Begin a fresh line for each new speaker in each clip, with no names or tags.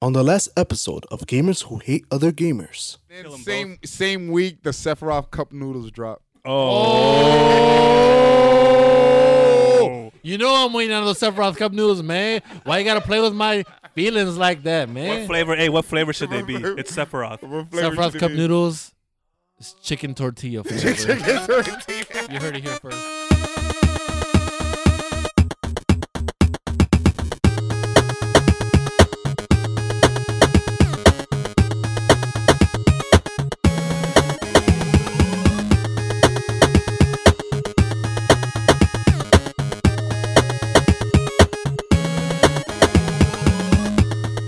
On the last episode of Gamers Who Hate Other Gamers,
Then
Kill 'em
same same week, the Sephiroth cup noodles drop.
Oh. You know I'm waiting on those Sephiroth Cup noodles, man. Why you gotta play with my feelings like that,
What
man?
flavor? Hey, what flavor should they be? It's Sephiroth.
What flavor
Sephiroth
should it
Cup
be?
noodles. It's chicken tortilla flavor. you heard it here first.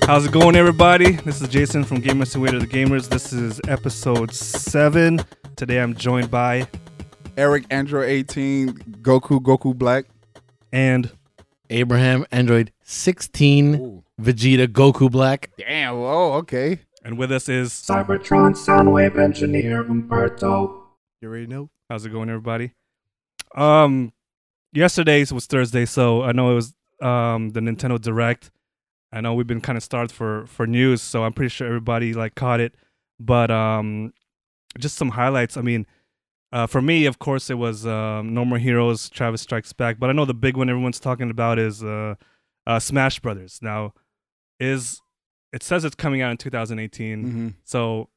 How's it going, everybody? This is Jason from Gamers to Waiter the Gamers. This is episode seven. Today I'm joined by
Eric Andro 18, Goku, Goku Black.
and
Abraham Android 16 Vegeta Goku Black.
Damn. Oh, okay.
and with us is
Cybertron Soundwave Engineer Umberto.
you already know.
how's it going, everybody? Um, yesterday was Thursday, so I know it was um the Nintendo Direct. I know we've been kind of starved for for news, so I'm pretty sure everybody like caught it. But um, just some highlights. I mean, uh, for me, of course, it was um, No More Heroes, Travis Strikes Back. But I know the big one everyone's talking about is uh, uh, Smash Brothers. Now, is it says it's coming out in 2018,
Mhm.
so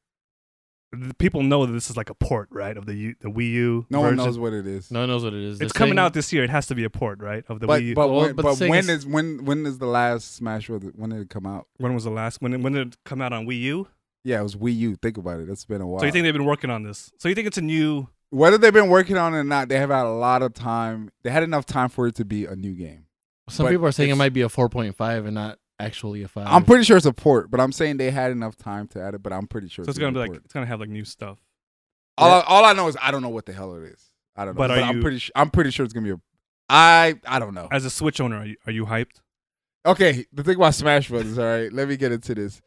the people know that this is like a port, right, of the U- the Wii U.
No one
version.
knows what it is.
No one knows what it
It's
is. They're
coming
saying-
out this year. It has to be a port, right, of the
but
Wii U.
but,
Well,
when,
but
but,
the thing
when
is-
is when when is the last Smash Bros? When did it come out?
when was the last? When when did it come out on Wii U?
Yeah, it was Wii U. Think about it. It's been a while.
So you think they've been working on this? So you think it's a new?
whether they've been working on it or not, they have had a lot of time. They had enough time for it to be a new game.
Some
but
people are saying it
it's-
might be a 4.5 and not actually a 5.
I'm pretty sure it's a port, but I'm saying they had enough time to add it. But I'm pretty sure
So it's
gonna
gonna be like
port.
it's gonna have like new stuff.
All, I, all I know is I don't know what the hell it is. I don't know.
But
But,
are
I'm
you-
pretty sure I'm pretty sure it's gonna be a. I I don't know.
As a Switch owner, are you, are you hyped?
Okay, the thing about Smash Brothers. All right, let me get into this.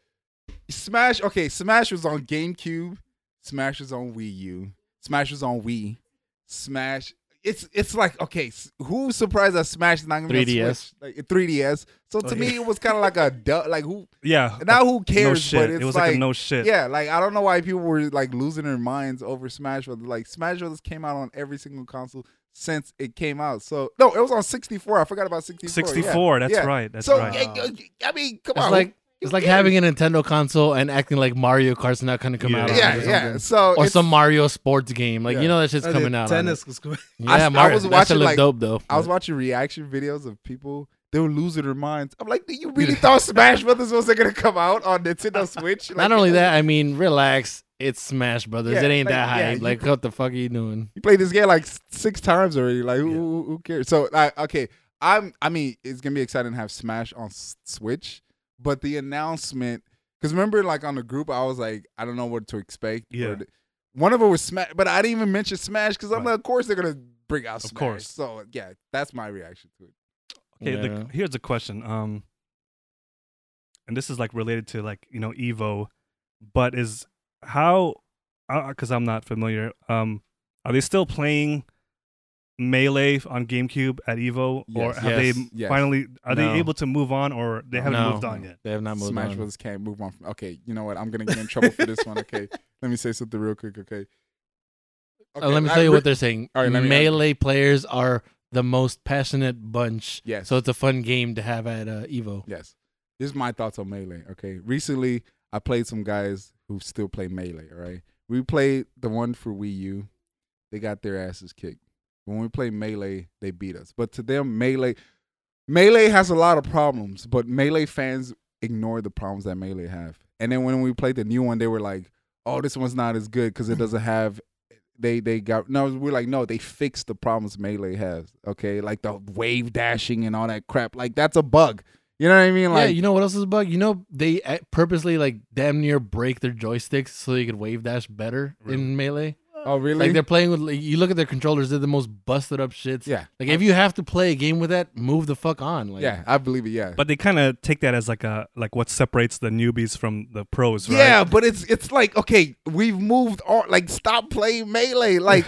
Smash. Okay, Smash was on GameCube. Smash was on Wii U. Smash was on Wii. Smash. It's it's like okay, s- who's surprised that Smash is not gonna be on
3DS?
Switch? Like 3DS. So to
Oh,
me,
yeah.
it was kind of like a duh, like who
Yeah.
now who cares?
no shit.
But it's
it was
like,
like, a no shit.
Yeah, like I don't know why people were like losing their minds over Smash Brothers. Like Smash Brothers came out on every single console since it came out. So no, it was on 64. I forgot about 64. yeah.
64. That's
Yeah.
right. That's
so
right.
I- I, I mean, come
It's
on,
like
who
it's like
cares?
having a Nintendo console and acting like Mario Kart's not gonna come out. on it
yeah,
or
yeah.
something.
So
Or
it's-
some Mario sports game. Like
Yeah.
you know that shit's coming out. on it.
Tennis was good.
I-
Yeah,
I
Mario.
was
that shit
watching,
looked
like-
dope though.
I was watching reaction videos of people. They were losing their minds. I'm like, you really thought Smash Brothers was gonna come out on Nintendo Switch? Like,
Not only that, I mean, relax. It's Smash Brothers.
Yeah,
it ain't
like,
that
yeah,
hype.
you-
like, what the fuck are you doing?
you played this game like s- six times already. Like, who, who, who cares? So, like, okay, I'm. I mean, it's gonna be exciting to have Smash on S- Switch, but the announcement. Because remember, like on the group, I was like, I don't know what to expect.
Yeah.
or th- One of it was Smash, but I didn't even mention Smash because I'm
Right.
like, of course they're gonna bring out
Of
Smash.
course.
So yeah, that's my reaction to it.
Okay,
Yeah.
the, here's the question. Um, and this is like related to like you know Evo, but is how because I'm not familiar. Um, are they still playing Melee on GameCube at Evo, or
Yes.
have they
Yes.
Yes.
finally are
No.
they able to move on, or they haven't
No.
moved on yet?
They have not moved
Smash
on.
Brothers can't move on. From, okay, you know what? I'm gonna get in trouble for this one. Okay, let me say something real quick. Okay.
Uh, let me
I
tell you
re-
what they're saying.
All right, let me-
Melee players are the most passionate bunch.
Yes.
So it's a fun game to have at uh, Evo.
Yes. This is my thoughts on Melee. Okay. Recently, I played some guys who still play Melee. All right. We played the one for Wii U. They got their asses kicked. When we play Melee, they beat us. But to them, Melee, Melee has a lot of problems. But Melee fans ignore the problems that Melee have. And then when we played the new one, they were like, "Oh, this one's not as good because it doesn't have." They they got no. We're like, no, they fixed the problems Melee has. Okay, like the wave dashing and all that crap. Like that's a bug. You know what I mean? Like,
yeah, you know what else is a bug? You know they uh, purposely like damn near break their joysticks so they could wave dash better in melee.
oh really?
Like they're playing with. Like, you look at their controllers; they're the most busted up shits.
yeah,
Like if you have to play a game with that, move the fuck on. Like
yeah, I believe it. Yeah,
But they kind of take that as like a like what separates the newbies from the pros, right?
yeah, but it's it's like okay, we've moved on. Like, stop playing melee. Like,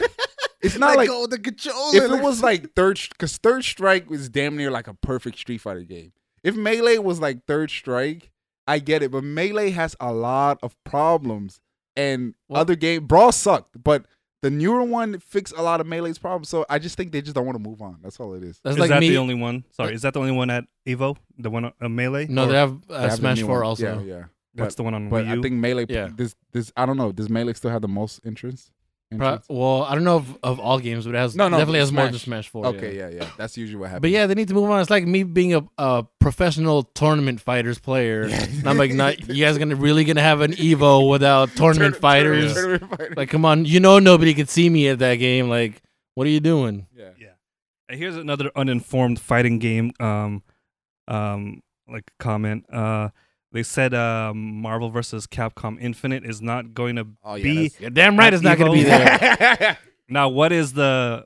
it's not like
go the controller.
if it was like third because third strike was damn near like a perfect Street Fighter game. If melee was like third strike, I get it, but Melee has a lot of problems, and
Well-
other game Brawl sucked, but the newer one fixed a lot of Melee's problems. So I just think they just don't want to move on. That's all it is.
That's
is
like
that
me.
the only one? Sorry, is that the only one at Evo? The one on- on Melee?
no,
Or
they have
They
uh,
have the
Smash
new
Four
one.
also.
Yeah, yeah.
that's the one on
But
Wii U.
I think Melee.
Mm-hmm. Yeah.
This this I don't know. Does Melee still have the most entrance?
Pro-
entrance?
well, I don't know if, of all games, but it has
No, no,
definitely has more than
Smash.
Smash Four.
okay, yeah. yeah, That's usually what happens.
But yeah, they need to move on. It's like me being a, a professional tournament fighters player. and I'm like, not, you guys gonna really gonna have an Evo without tournament
Tourna-
fighters?
tournament- tournament fighters.
Like, come on, you know nobody could see me at that game. Like, what are you doing?
yeah.
And here's another uninformed fighting game um um like comment. Uh they said um Marvel vs. Capcom Infinite is not going to
Oh
Be-
yeah.
You're damn right,
At
it's not gonna
Evo?
be there.
that's-
now what is the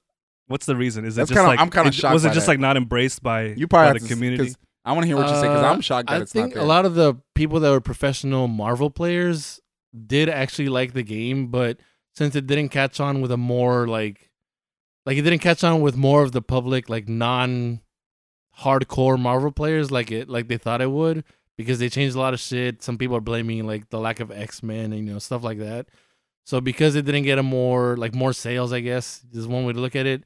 what's the reason? Is it
That's
just
kinda-
like
I'm kinda
it-
shocked
was it
by
just
that.
like not embraced by,
you probably
by
have
the
to s-
community?
'cause I want to hear what you say because
Uh,
I'm shocked that
I
it's
think
not there.
a lot of the people that were professional Marvel players did actually like the game, but since it didn't catch on with a more like, like it didn't catch on with more of the public, like non hardcore Marvel players, like it, like they thought it would, because they changed a lot of shit. Some people are blaming like the lack of X Men and you know stuff like that. So because it didn't get a more like more sales, I guess is one way to look at it.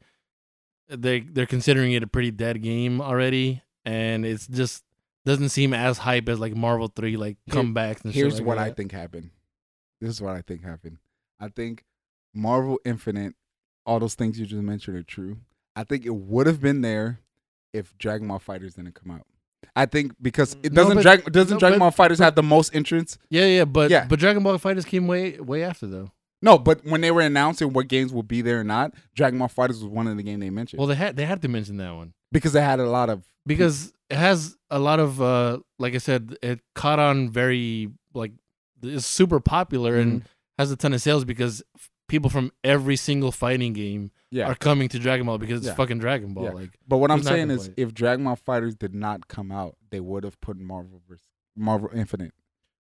They they're considering it a pretty dead game already, and it's just doesn't seem as hype as like Marvel Three like
Here-
comebacks and shit
Here's
like
what I
that.
think happened. This is what I think happened. I think Marvel Infinite, all those things you just mentioned are true. I think it would have been there if Dragon Ball Fighters didn't come out. I think because it
Mm, No,
doesn't
but-
Dragon doesn't
no,
Dragon
but-
Ball Fighters have the most entrants.
Yeah, yeah, but
Yeah.
but Dragon Ball Fighters came way way after though.
No, but when they were announcing what games will be there or not, Dragon Ball Fighters was one of the game they mentioned
Well, they had they had to mention that one
because they had a lot of
because it has a lot of uh like I said, it caught on very like it's super popular
Mm-hmm.
and has a ton of sales because f- people from every single fighting game
yeah.
are coming to Dragon Ball because it's
Yeah.
fucking Dragon Ball.
Yeah.
Like
But what I'm
Who's not
saying
gonna
is,
play
if Dragon Ball Fighters did not come out, they would have put Marvel versus Marvel Infinite.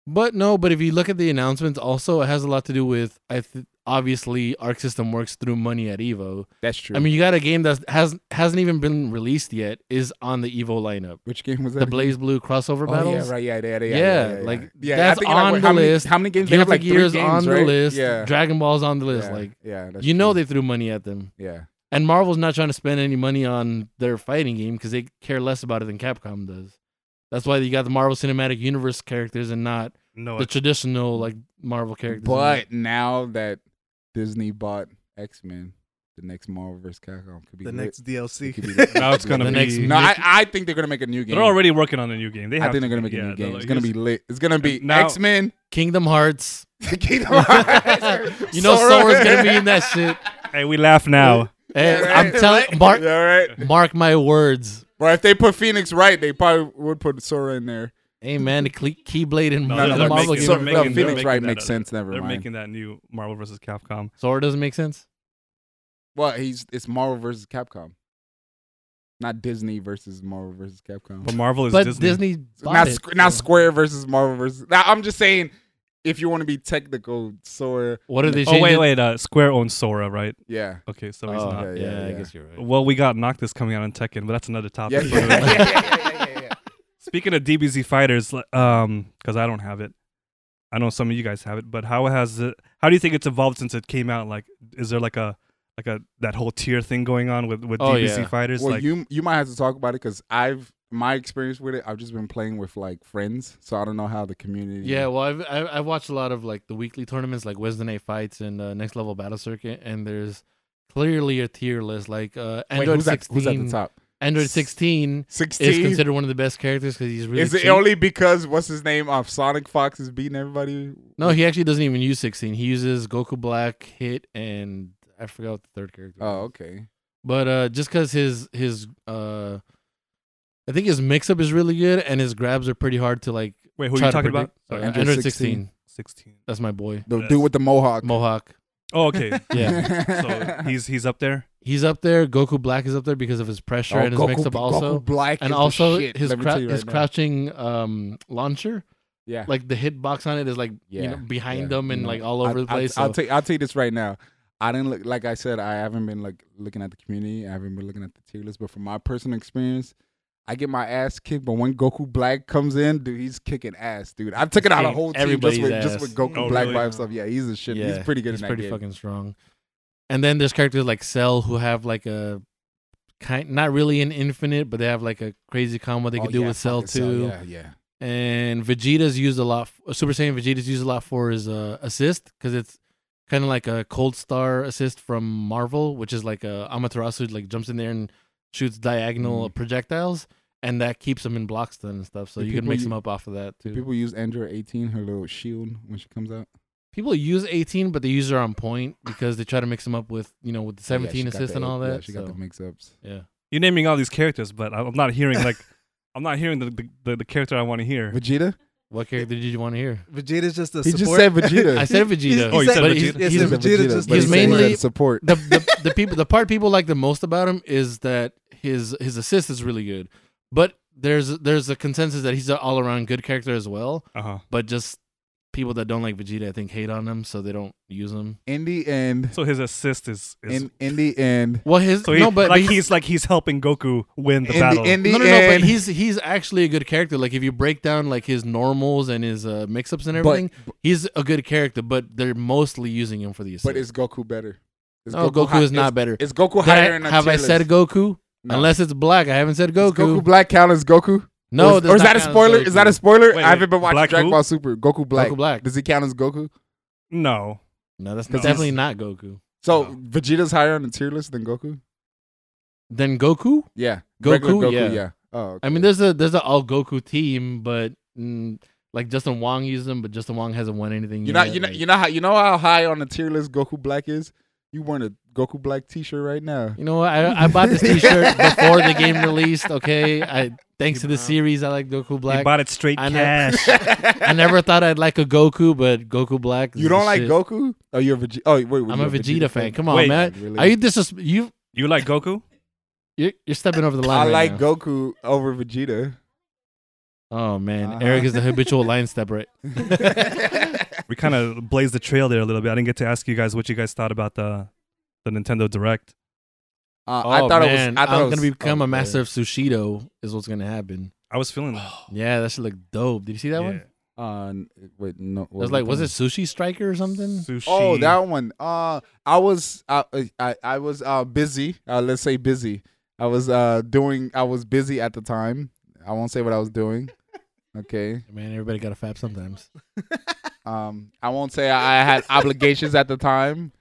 But no, but if you look at the announcements, also it has a lot to do with I th- obviously Arc System works through money at Evo.
That's true.
I mean, you got a game that has hasn't even been released yet is on the Evo lineup.
which game was that?
The
again?
Blaze Blue crossover
Oh,
battles.
yeah, right. Yeah, yeah, yeah.
Yeah,
yeah,
like,
yeah. I
that's
think, like,
on
what-
the
how many,
list.
How many games?
Guilty
they have like
Gear's
three games,
on
right?
the list.
Yeah,
Dragon Ball's on the list.
yeah,
Like
yeah, that's
you know
true.
they threw money at them.
Yeah,
And Marvel's not trying to spend any money on their fighting game because they care less about it than Capcom does. That's why you got the Marvel Cinematic Universe characters and not
No.
the traditional like Marvel characters.
but now that Disney bought X Men, the next Marvel vs. Capcom could be
the
lit.
next
It
DLC.
could be lit.
Now it's gonna
The
be
next
No, I, I think they're gonna make a new game.
They're already working on a new game. They
I
have
think
to
they're gonna make
be-
a
yeah,
new
they're
game. It's
like,
gonna be
here's-
lit. It's gonna be
And now-
X Men.
Kingdom Hearts.
Kingdom Hearts.
You know
Sora.
Sora's gonna be in that shit.
Hey, we laugh now.
And I'm telling mark
All right.
mark my words.
Well, if they put Phoenix right, they probably would put Sora in there.
Hey man, the Cle- Keyblade and
No,
no,
the
they're
Marvel
making-
game.
So-
they're
no,
making- they're
Phoenix
making
Wright
that
makes
up.
sense. Never
They're
mind.
making that new Marvel vs. Capcom.
Sora doesn't make sense.
Well, he's it's Marvel versus Capcom, not Disney versus Marvel versus Capcom.
But Marvel is
But
Disney.
Disney, bought
not
it,
squ- not
so-
Square versus Marvel versus. Now, I'm just saying, if you want to be technical, Sora.
What are they
Oh
changing?
wait, wait. Uh, Square owns Sora, right?
Yeah.
Okay, so
Oh,
he's not.
yeah,
Yeah, yeah,
I
yeah.
guess you're right.
Well, we got Noctis coming out in Tekken, but that's another
Yeah.
topic.
yeah, yeah, yeah, yeah, yeah, yeah.
Speaking of DBZ fighters, l- um, because I don't have it, I know some of you guys have it, but how has it? How do you think it's evolved since it came out? Like, is there like a like a that whole tier thing going on with with
Oh,
DBZ
yeah.
fighters?
Well,
like,
you you might have to talk about it because I've my experience with it. I've just been playing with like friends, so I don't know how the community.
Yeah, well, I've I, I've watched a lot of like the weekly tournaments, like Wednesday night fights and uh, next level battle circuit, and there's clearly a tier list. Like uh,
Wait,
Android
who's, at,
sixteen,
who's at the top?
Android sixteen is
16.
considered one of the best characters because he's really.
Is it
cheap.
only because what's his name off Sonic Fox is beating everybody?
No, he actually doesn't even use sixteen. He uses Goku Black, Hit, and I forgot what the third character.
Oh,
was.
okay.
But uh, just because his his uh, I think his mix up is really good and his grabs are pretty hard to like.
wait, who are
try
you
to
talking about?
predict.
Sorry,
Uh,
Android
Android,
16.
16.
Sixteen.
That's my boy.
The
Yes.
dude with the mohawk.
Mohawk.
Oh, okay.
Yeah.
so he's he's up there.
He's up there. Goku Black is up there because of his pressure and his mix up also.
Oh, Goku Black is
and
the
also
shit,
his
let me
cra-
tell you
his
right now.
crouching um launcher.
Yeah.
Like the hit box on it is like you
Yeah,
know behind
yeah,
them and
no.
like all over
I'll-
the place.
I'll, I'll
so-
take I'll take this right now. I didn't look like I said I haven't been like looking at the community. I haven't been looking at the tier list, but from my personal experience, I get my ass kicked, but when Goku Black comes in, dude, he's kicking ass, dude. I've taken out a
Kicking
whole team just
everybody's
with, just with
ass.
Goku
Oh,
Black
really?
by himself. Yeah, he's a shit. he's pretty good
He's
in that
pretty
game.
fucking strong. And then there's characters like Cell who have like a kind, not really an infinite, but they have like a crazy combo they
Oh,
could do
yeah,
with Cell
fucking
too.
Yeah, yeah.
And Vegeta's used a lot. uh, Super Saiyan Vegeta's used a lot for his uh, assist because it's kind of like a Cold Star assist from Marvel, which is like a Amaterasu like jumps in there and shoots diagonal
Mhm.
projectiles, and that keeps him in blocks then and stuff. So
Do
you can
people
mix
u-
him up off of that too. People,
People use Android 18, her little shield when she comes out.
use 18, but they use her on point because they try to mix him up with you know with the 17
Yeah, she got
assist
the-
and all
yeah,
that.
she got
so,
the mix-ups.
yeah.
You're naming all these characters, but I'm not hearing like I'm not hearing the the, the, the character I want to hear.
Vegeta.
What character did you want to hear?
Vegeta's just a
He just
support.
said Vegeta.
I said Vegeta.
Oh, you said
but
Vegeta.
he's-
Yes,
he's
sir.
a
Vegeta just-
but he
he's
said he
mainly-
had support.
the, the the people the part people like the most about him is that his his assist is really good, but there's there's a consensus that he's an all around good character as well.
Uh huh.
But just people that don't like Vegeta, I think, hate on him, so they don't use him.
In the end,
So his assist is, is
in in the end,
Well, his
so he,
no, but
like
but
he's, like he's helping Goku win the
in
battle.
the, in the
no, no, no, but
end,
he's he's actually a good character. Like if you break down like his normals and his uh, mix ups and
But-
everything, he's a good character. But they're mostly using him for the assist.
but is Goku better? Is
no, Goku,
hi-
is not better.
Is Goku
Did I-
higher in the
have I
tier
said
list?
Goku?
No.
Unless it's black, I haven't said
Does
Goku.
Goku Black count as Goku?
No,
or is,
does
or is that
not
a
count as
spoiler? Is that a
Goku.
spoiler?
Wait,
I haven't been watching
Black
Dragon
who?
Ball Super. Goku Black.
Goku Black.
Does he count as Goku?
no,
No, that's
No.
definitely not Goku.
So
No.
Vegeta's higher on the tier list than Goku.
Then Goku.
Yeah,
Goku,
Regular Goku.
yeah.
Oh, okay.
I mean, there's a there's an all Goku team, but mm, like Justin Wong used them, but Justin Wong hasn't won anything.
You know,
yet.
you know,
like-
you know how you know how high on the tier list Goku Black is. You wearing a Goku Black T-shirt right now.
You know what? I, I bought this T-shirt before the game released. Okay, I thanks to the series, I like Goku
he
Black.
bought it straight
I know.
cash.
I never thought I'd like a Goku, but Goku Black. is
You don't
the
like
shit.
Goku? Oh, you're a Vegeta. Oh, wait, were
I'm
you
a Vegeta, fan. Come on,
Wait.
man.
Really?
Are you disres- you
you like Goku?
you're, you're stepping over the
I
line? right
like
now.
Goku over Vegeta.
Oh man,
Uh-huh.
Eric is the habitual line stepper.
Uh,
We kind of blazed the trail there a little bit. I didn't get to ask you guys what you guys thought about the the Nintendo Direct.
Uh,
Oh,
I thought
man.
it was. I thought
am
it was,
gonna become
oh,
a master
man.
of Sushido. Is what's gonna happen.
I was feeling that.
Oh,
Yeah, that should look dope. Did you see that one?
Oh. Yeah.
It
Uh, n- wait, no. What
was like, was it Sushi Striker or something?
Sushi.
Oh, that one. Uh, I was I I, I was uh busy. Uh, let's say busy. I was uh doing. I was busy at the time. I won't say what I was doing. Okay.
Man, everybody got a fab sometimes.
Um, I won't say I I had obligations at the time.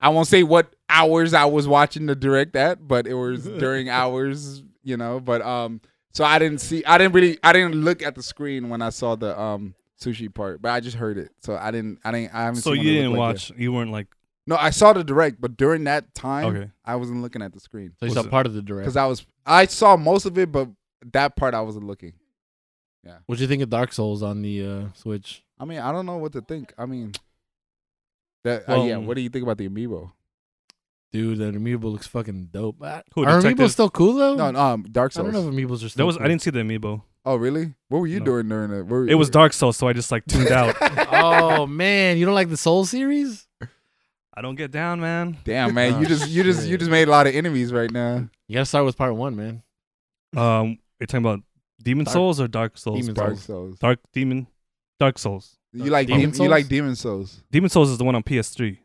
I won't say what hours I was watching the direct at, but it was during hours, you know. But um, so I didn't see, I didn't really, I didn't look at the screen when I saw the um sushi part, but I just heard it, so I didn't, I didn't, I haven't.
So
seen what
you
it looked
didn't
like
watch? You weren't like
yet. No, I saw the direct, but during that time,
okay.
I wasn't looking at the screen
So you
Was
saw
it-
part of the direct.
because I was, I saw most of it, but that part I wasn't looking.
What do you think of Dark Souls on the uh, Switch?
I mean, I don't know what to think. I mean, that uh,
Well,
yeah. What do you think about the amiibo?
Dude, that amiibo looks fucking dope. Uh,
Who,
Are
Detective-
amiibos still cool though?
No, no, um, Dark
I
Souls.
don't know if amiibos are still.
That was
cool.
I didn't see the amiibo.
Oh really? What were you
No.
doing during that? What were-
It was Dark Souls, so I just like tuned out.
oh man, you don't like the Soul series?
I don't get down, man.
Damn man, you
Oh,
just you just you
shit.
just made a lot of enemies right now.
You gotta start with part one, man.
Um, you're talking about Demon
Dark-
Souls or Dark Souls?
Demon
Dark
Souls.
Souls.
Dark Demon, Dark Souls.
You like
Demon
Demon you
Souls?
like Demon Souls.
Demon Souls is the one on PS3,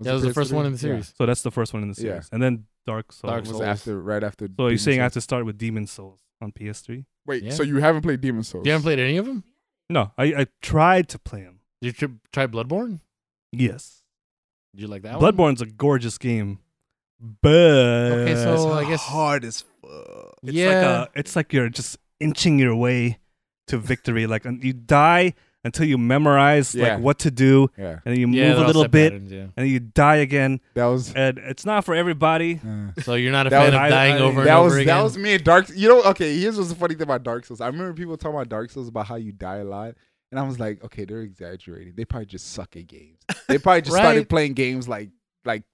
that was the first one in the series.
so that's the first one in the
Yeah.
series, and then Dark Souls.
Dark
It was
Souls.
after right after.
So you're
Demon
saying I
Souls.
have to start with Demon Souls on PS3?
Wait,
Yeah.
so you haven't played Demon Souls?
You haven't played any of them?
No, I, I tried to play them.
Did you tri- try Bloodborne?
Yes,
Did you like that one?
Bloodborne's a gorgeous game, but
Okay, so I guess
oh, hard as fuck.
it's
yeah.
like a, it's like you're just inching your way to victory. like and you die until you memorize
Yeah.
like what to do,
Yeah,
and then you
Yeah,
move
they're
a
all
little
set
bit,
patterns, yeah.
and then you die again.
that was.
And it's not for everybody.
uh,
So you're not a
That
fan
was-
of
I-
dying
I-
over and
that
over
was
again.
that was me and Dark. You know, okay. Here's what's the funny thing about Dark Souls. I remember people talking about Dark Souls about how you die a lot, and I was like, okay, they're exaggerating. They probably just suck at games. They probably just started
Right.
playing games like like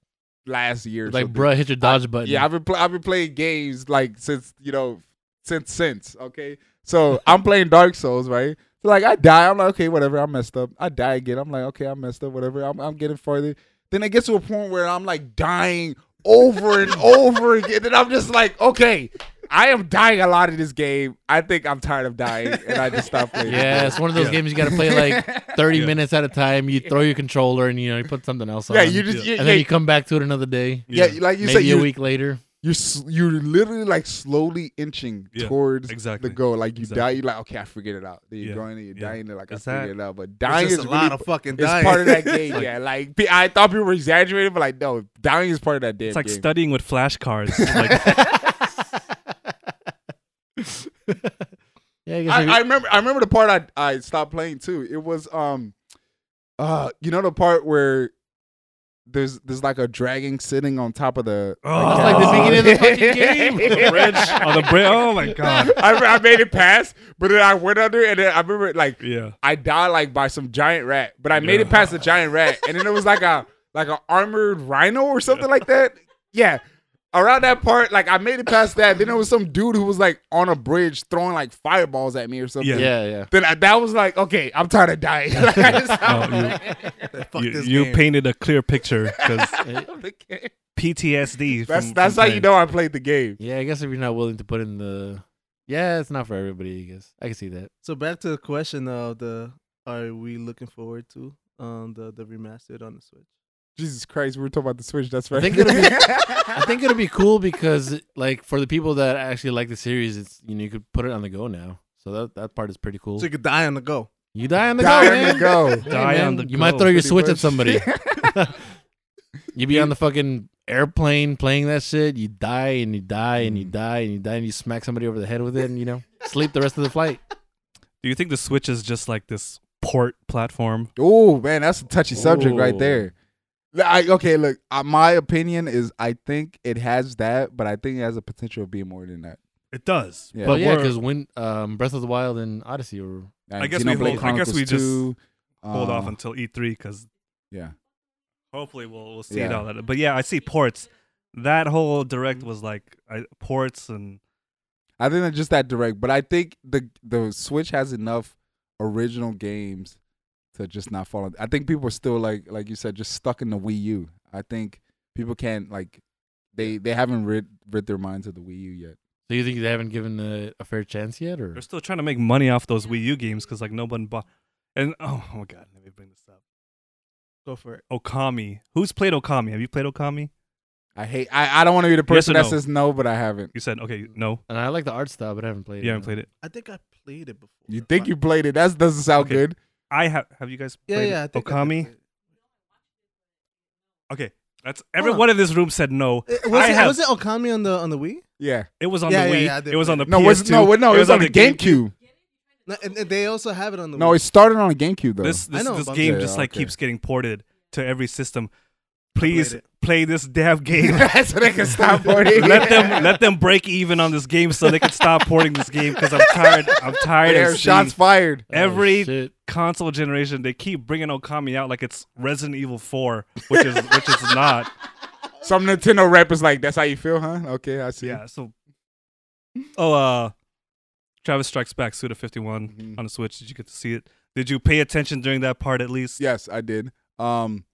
last year. or
like,
something.
bruh, hit your dodge button.
Yeah, I've been pl- I've been playing games like since you know since since okay. So I'm playing Dark Souls right. So like I die, I'm like okay, whatever. I messed up. I die again. I'm like okay, I messed up. Whatever. I'm I'm getting farther. Then it gets to a point where I'm like dying over and over again. And I'm just like okay, I am dying a lot in this game. I think I'm tired of dying, and I just stopped playing.
Yeah, it's one of those
Yeah.
games you got to play like 30
Yeah.
minutes at a time. You throw your controller and you know you put something else on.
yeah, you just yeah,
and
yeah,
then you come back to it another day,
yeah, like you
maybe
said,
a
you
week later.
you s- you're literally like slowly inching
Yeah,
towards
exactly.
the goal. Like you
Exactly.
die, you're like, okay, I figured it out. Then you're
Yeah,
going and you're
yeah.
dying, and like
It's
I figured
that-
it out. But
It's
dying
just
is
a
really
lot of fucking
it's
dying.
part of that game.
Like-
yeah, like pe- I thought people were exaggerating, but like no, dying is part of that damn
It's like
game.
studying with flashcards. like,
Yeah, I guess
I,
maybe-
I remember I remember the part I, I stopped playing too. It was um uh you know the part where there's there's like a dragon sitting on top of the
oh,
It's like the beginning of the fucking game.
the bridge. Oh, the bridge. Oh my god.
I, I made it past, but then I went under and then I remember like
Yeah.
I died like by some giant rat, but I made it
Yeah.
past the giant rat, and then it was like a like an armored rhino or something like that. Yeah, around that part, like I made it past that. Then there was some dude who was like on a bridge throwing like fireballs at me or something.
Yeah.
yeah, yeah.
Then I, that was like, okay, I'm tired of dying. Like, I just-
Oh, you-
Fuck
you,
this
you
game.
painted a clear picture because
Okay.
PTSD.
that's
from-
that's
from
how you
playing.
know I played the game.
Yeah, I guess if you're not willing to put in the, yeah, it's not for everybody. I guess I can see that.
So back to the question of the are we looking forward to um the the remastered on the Switch?
Jesus Christ, we were talking about the Switch. That's
I
right.
think it'll be- I think it'll be cool because like for the people that actually like the series, it's you know you could put it on the go now. So that that part is pretty cool.
So you could die on the go.
you die on the
Die
go,
on
man.
the go.
Hey,
Die
man,
on the
you might
go,
throw your
pretty
switch
much.
at somebody. you be on the fucking airplane playing that shit. You die and you die and you
Mhm.
die and you die and you smack somebody over the head with it and you know sleep the rest of the flight.
Do you think the Switch is just like this port platform?
Oh man, that's a touchy subject right
Ooh.
there. I, okay, look, uh, my opinion is I think it has that, but I think it has the potential of being more than that.
It does.
Yeah.
But yeah,
we're-
because when um, Breath of the Wild and Odyssey were
Like,
I guess we
Xenoblade
hold- I guess
Chronicles
we just
2,
hold
uh,
off until E3 because
yeah,
hopefully we'll we'll see it
Yeah.
all. That. But yeah, I see ports. That whole direct was like I, ports and
I think it's just that direct, but I think the the Switch has enough original games to just not fall. in- I think people are still like like you said, just stuck in the Wii U. I think people can't like they they haven't rid rid their minds of the Wii U yet.
So you think they haven't given the, a fair chance yet, or
they're still trying to make money off those Wii U games because like no one bought. And oh, oh my god, let me bring this up.
Go for it.
Okami. Who's played Okami? Have you played Okami?
I hate. I, I don't want to be the
or
person
no?
that says no, but I haven't.
You said okay, no.
And I like the art style, but I haven't played.
You haven't played it.
I think I played it before.
You think you played it? That doesn't sound
Okay.
good.
I have. Have you guys?
Yeah,
played
yeah. I think I did
Okami.
play it.
Okay, that's everyone
on.
in this room said no.
Eh, Was
I
it,
have-
was it Okami on the on the Wii?
Yeah.
It was on
Yeah,
the
yeah,
Wii.
yeah, I did
it was on the
No,
PS2.
it's, no, wait, no, it was on the GameCube.
No, and, and they also have it on the
No,
Wii.
it started on a GameCube though.
This
I
this,
know
this
about
game
that.
just
Yeah,
like
okay.
keeps getting ported to every system. Please
it.
play this damn game.
so they can stop voting.
let them let them break even on this game so they can stop porting this game because I'm tired. I'm tired
There,
of
shots
shots.
fired.
Oh,
Every
shit.
console generation, they keep bringing Okami out like it's Resident Evil 4, which is which is not.
Some Nintendo rep is like, "That's how you feel, huh?" Okay, I see.
Yeah. So, oh, uh, Travis Strikes Back, Suda 51
Mhm.
on the Switch. Did you get to see it? Did you pay attention during that part at least?
Yes, I did. Um,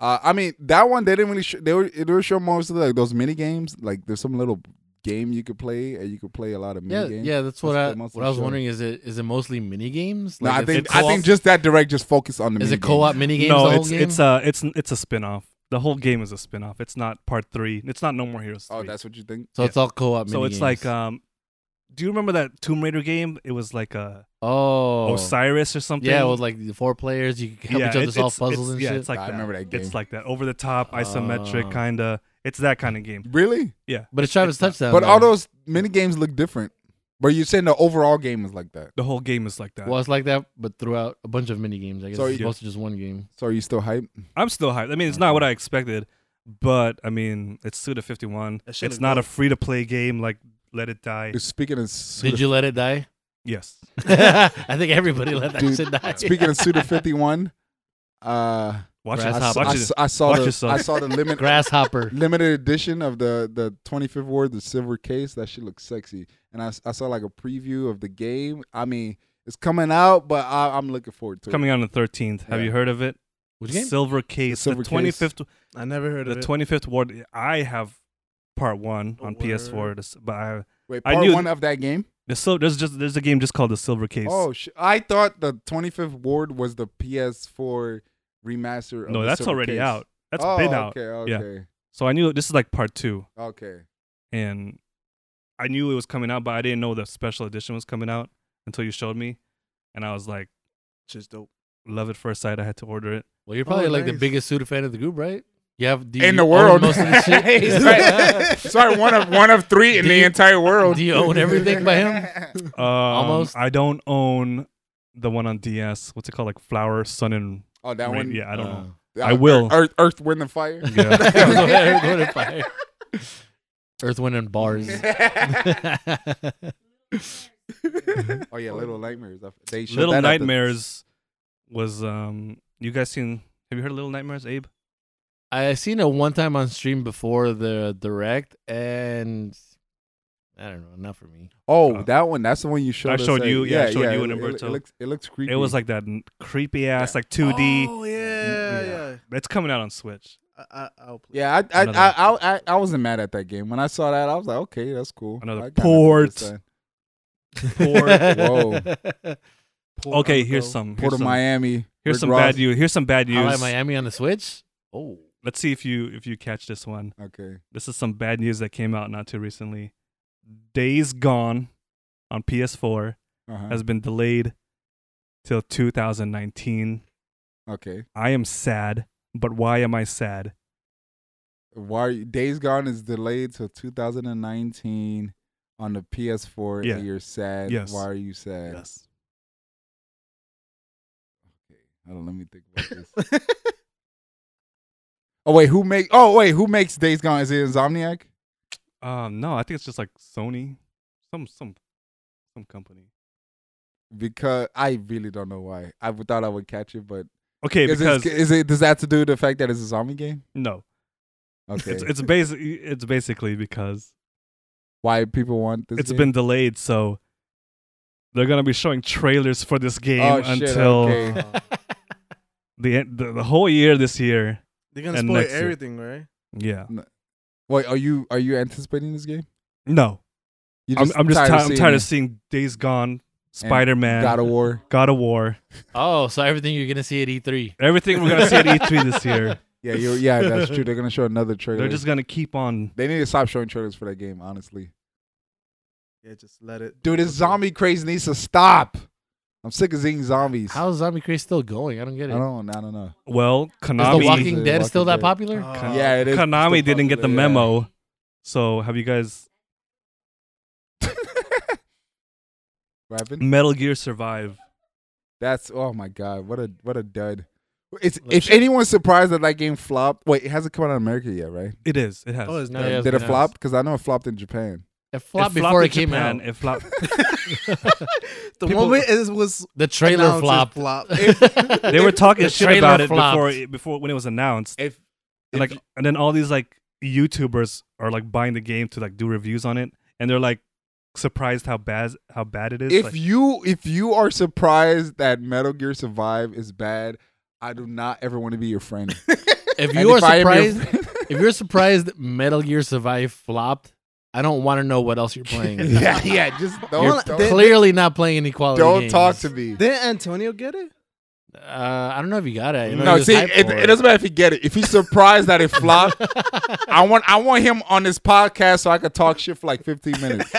uh, I mean that one they didn't really sh- they were they were showing most of the, like those mini games. Like there's some little game you could play, and you could play a lot of mini
Yeah,
games.
yeah, that's what
That's
I
the most
what I was
I'm sure.
wondering. Is it is it mostly mini games?
No, I
is it
think I
co-op-
think just that direct just focus on the.
is it
minigames.
co-op mini games?
no,
the whole
it's
game?
it's a it's it's a spin-off. The whole game is a spin-off. It's not part three. It's not No More Heroes.
Oh,
3.
that's what you think.
so it's all co-op.
uh, so it's like um, do you remember that Tomb Raider game? It was like a
oh,
Osiris or something.
yeah, with like the four players, you can help each other
it's-
solve
it's-
puzzles
it's-
and
yeah,
shit.
It's like
I
that.
remember that game.
It's like that over the top isometric
Ah.
kind of. It's that kind of game.
Really?
Yeah,
but it's Travis
it's not-
touchdown.
But
though.
all those mini games look different. But you're saying the overall game is like that.
the whole game is like that.
well, it's like that, but throughout a bunch of mini games. I guess
So
it's
you-
supposed to just one game.
So are you still hyped?
I'm still hyped. I mean, it's not what I expected, but I mean, it's Suda 51.
That shit
It's
is
not a
dope.
free to play game like Let It Die.
Dude, Speaking of
Did you let it die?
Yes.
I think everybody let that
Dude,
shit die.
speaking of Suda 51, uh,
Watch
I,
it.
Grasshopper.
saw,
Watch
I,
it.
saw- I saw
Watch
the
yourself.
I saw the limit
Grasshopper.
limited edition of the the 25th Ward, the silver case. That shit looks sexy. And I, s- I saw like a preview of the game. I mean, it's coming out, but I, I'm looking forward to
It's coming out on the 13th. Have
Yeah.
you heard of it?
Which game?
Silver Case. The,
Silver Case.
25th.
I never heard
The
of it.
25th Ward. I have part one
Oh,
on
word.
PS4, this- but I
Wait,
I
part
knew-
one of that game.
The sil- there's just there's a game just called the Silver Case.
Oh, sh- I thought the 25th Ward was the PS4 remaster. Of
no,
the
that's
Silver
already
Case.
out. That's
oh,
been out.
Okay,
Yeah.
okay,
So I knew this is like part two,
okay.
and I knew it was coming out, but I didn't know the special edition was coming out until you showed me, and I was like,
Just dope.
love at first sight. I had to order it.
Well, you're probably
Oh,
like the
nice.
biggest Suda fan of the group, right? You have do you
In the
own
world.
most of the shit.
Right. Sorry, one of one of three in
Do
the
you-
entire world.
do you own everything by
him?
Um,
Almost.
I don't own the one on DS. What's it called? Like Flower, Sun, and
Oh, that
Rain.
one. Oh.
Yeah, I don't know.
uh,
I will.
Earth, Earth, Wind, and Fire.
Yeah.
Earth, Wind, and Fire. Earth, Wind, and Bars.
oh yeah, Little Nightmares. I- They showed
Little
that at the-
Nightmares was um. You guys seen? Have you heard of Little Nightmares, Abe?
I seen it one time on stream before the direct, and I don't know, not for me.
oh, that one. That's the one you showed.
uh, I
us
showed
at-
you- yeah, I showed you
it-
and
it-
Umberto.
It, looks, it looks creepy.
It was like that n- creepy ass, like 2D.
Oh yeah,
Mm,
yeah.
It's coming out on Switch.
I, I, will play.
Yeah, I I,
Another-
I I I I wasn't mad at that game. When I saw that, I was like, okay, that's cool.
Another
I kinda
port.
understand.
Whoa.
Pour
Okay,
on the
here's
go.
some. Here's
Port of
some,
Miami.
here's
Rick
some
Ross.
bad news. Here's some bad
Highlight
news.
Miami on the Switch. Oh,
Let's see if you if you catch this one.
Okay.
This is some bad news that came out not too recently. Days Gone on PS4
Uh-huh.
has been delayed till 2019.
Okay.
I am sad, but why am I sad?
Why are you, Days Gone is delayed till 2019 on the PS4
Yeah.
and you're sad.
Yes.
Why are you sad?
Yes.
Okay. Hold on, let me think about this. oh wait, who make Oh wait, who makes Days Gone? Is it Insomniac?
Um, no, I think it's just like Sony, some some some company.
Because I really don't know why. I would- thought I would catch it, but
Okay,
is,
because
it, is it does that have to do with the fact that it's a zombie game?
no,
Okay.
it's it's basically it's basically because
why people want this
it's
game?
been delayed, so they're gonna be showing trailers for this game
Oh, shit,
until
okay.
the, end- the the whole year this year.
They're gonna
And
spoil
next year.
everything, right?
Yeah,
Wait, are you are you anticipating this game?
no,
You
I'm I'm just tired, I'm
seeing
tired
it.
of seeing Days Gone, Spider Man,
God of War.
War,
oh, so everything you're gonna see at E E3.
everything we're gonna see at E3 this year.
Yeah, you yeah, that's true. They're gonna show another trailer.
They're just gonna keep on.
they need to stop showing trailers for that game, honestly.
Yeah, just let it.
Dude, this zombie craze needs to stop. I'm sick of seeing zombies.
How is Zombie Craze still going? I don't
I
get it.
don't I don't know.
Well,
Is The
Konami,
Walking
The
Dead
Walking
still that
Dead.
popular?
Oh.
Uh, yeah, it is.
Uh, Konami
still
didn't get the
popular, yeah.
memo. So have you guys
What happened?
Metal Gear Survive?
That's oh my god, what a what a dud. It's,
Let's-
if anyone's surprised that that game flopped, wait, it hasn't come out in America yet, right?
It is. It has.
Oh, it's
No,
not.
yeah.
Did it
been
flop? Because I know it flopped in Japan.
It flopped
It
before
in
it came
Japan,
out.
It flopped.
The
People-
moment it was
The trailer
announced, it
flopped.
flopped.
They were talking
The
shit
trailer
about it
flopped.
before it, before when it was announced.
If
and like and then all these like YouTubers are like buying the game to like do reviews on it, and they're like surprised how bad how bad it is.
if
like,
you if you are surprised that Metal Gear Survive is bad, I do not ever want to be your friend.
If
And
you are
I am your
surprised,
friend-
if you're surprised Metal Gear Survive flopped, I don't want to know what else you're playing.
yeah, yeah, just
You're
don't don't,
clearly not playing any quality.
don't
games.
talk to me.
Did Antonio get it?
Uh, I don't know if you got it. I know he
No,
was
see,
hyped
it,
for
it doesn't matter if you get it. If he's surprised that it flopped, I want I want him on this podcast so I could talk shit for like 15 minutes.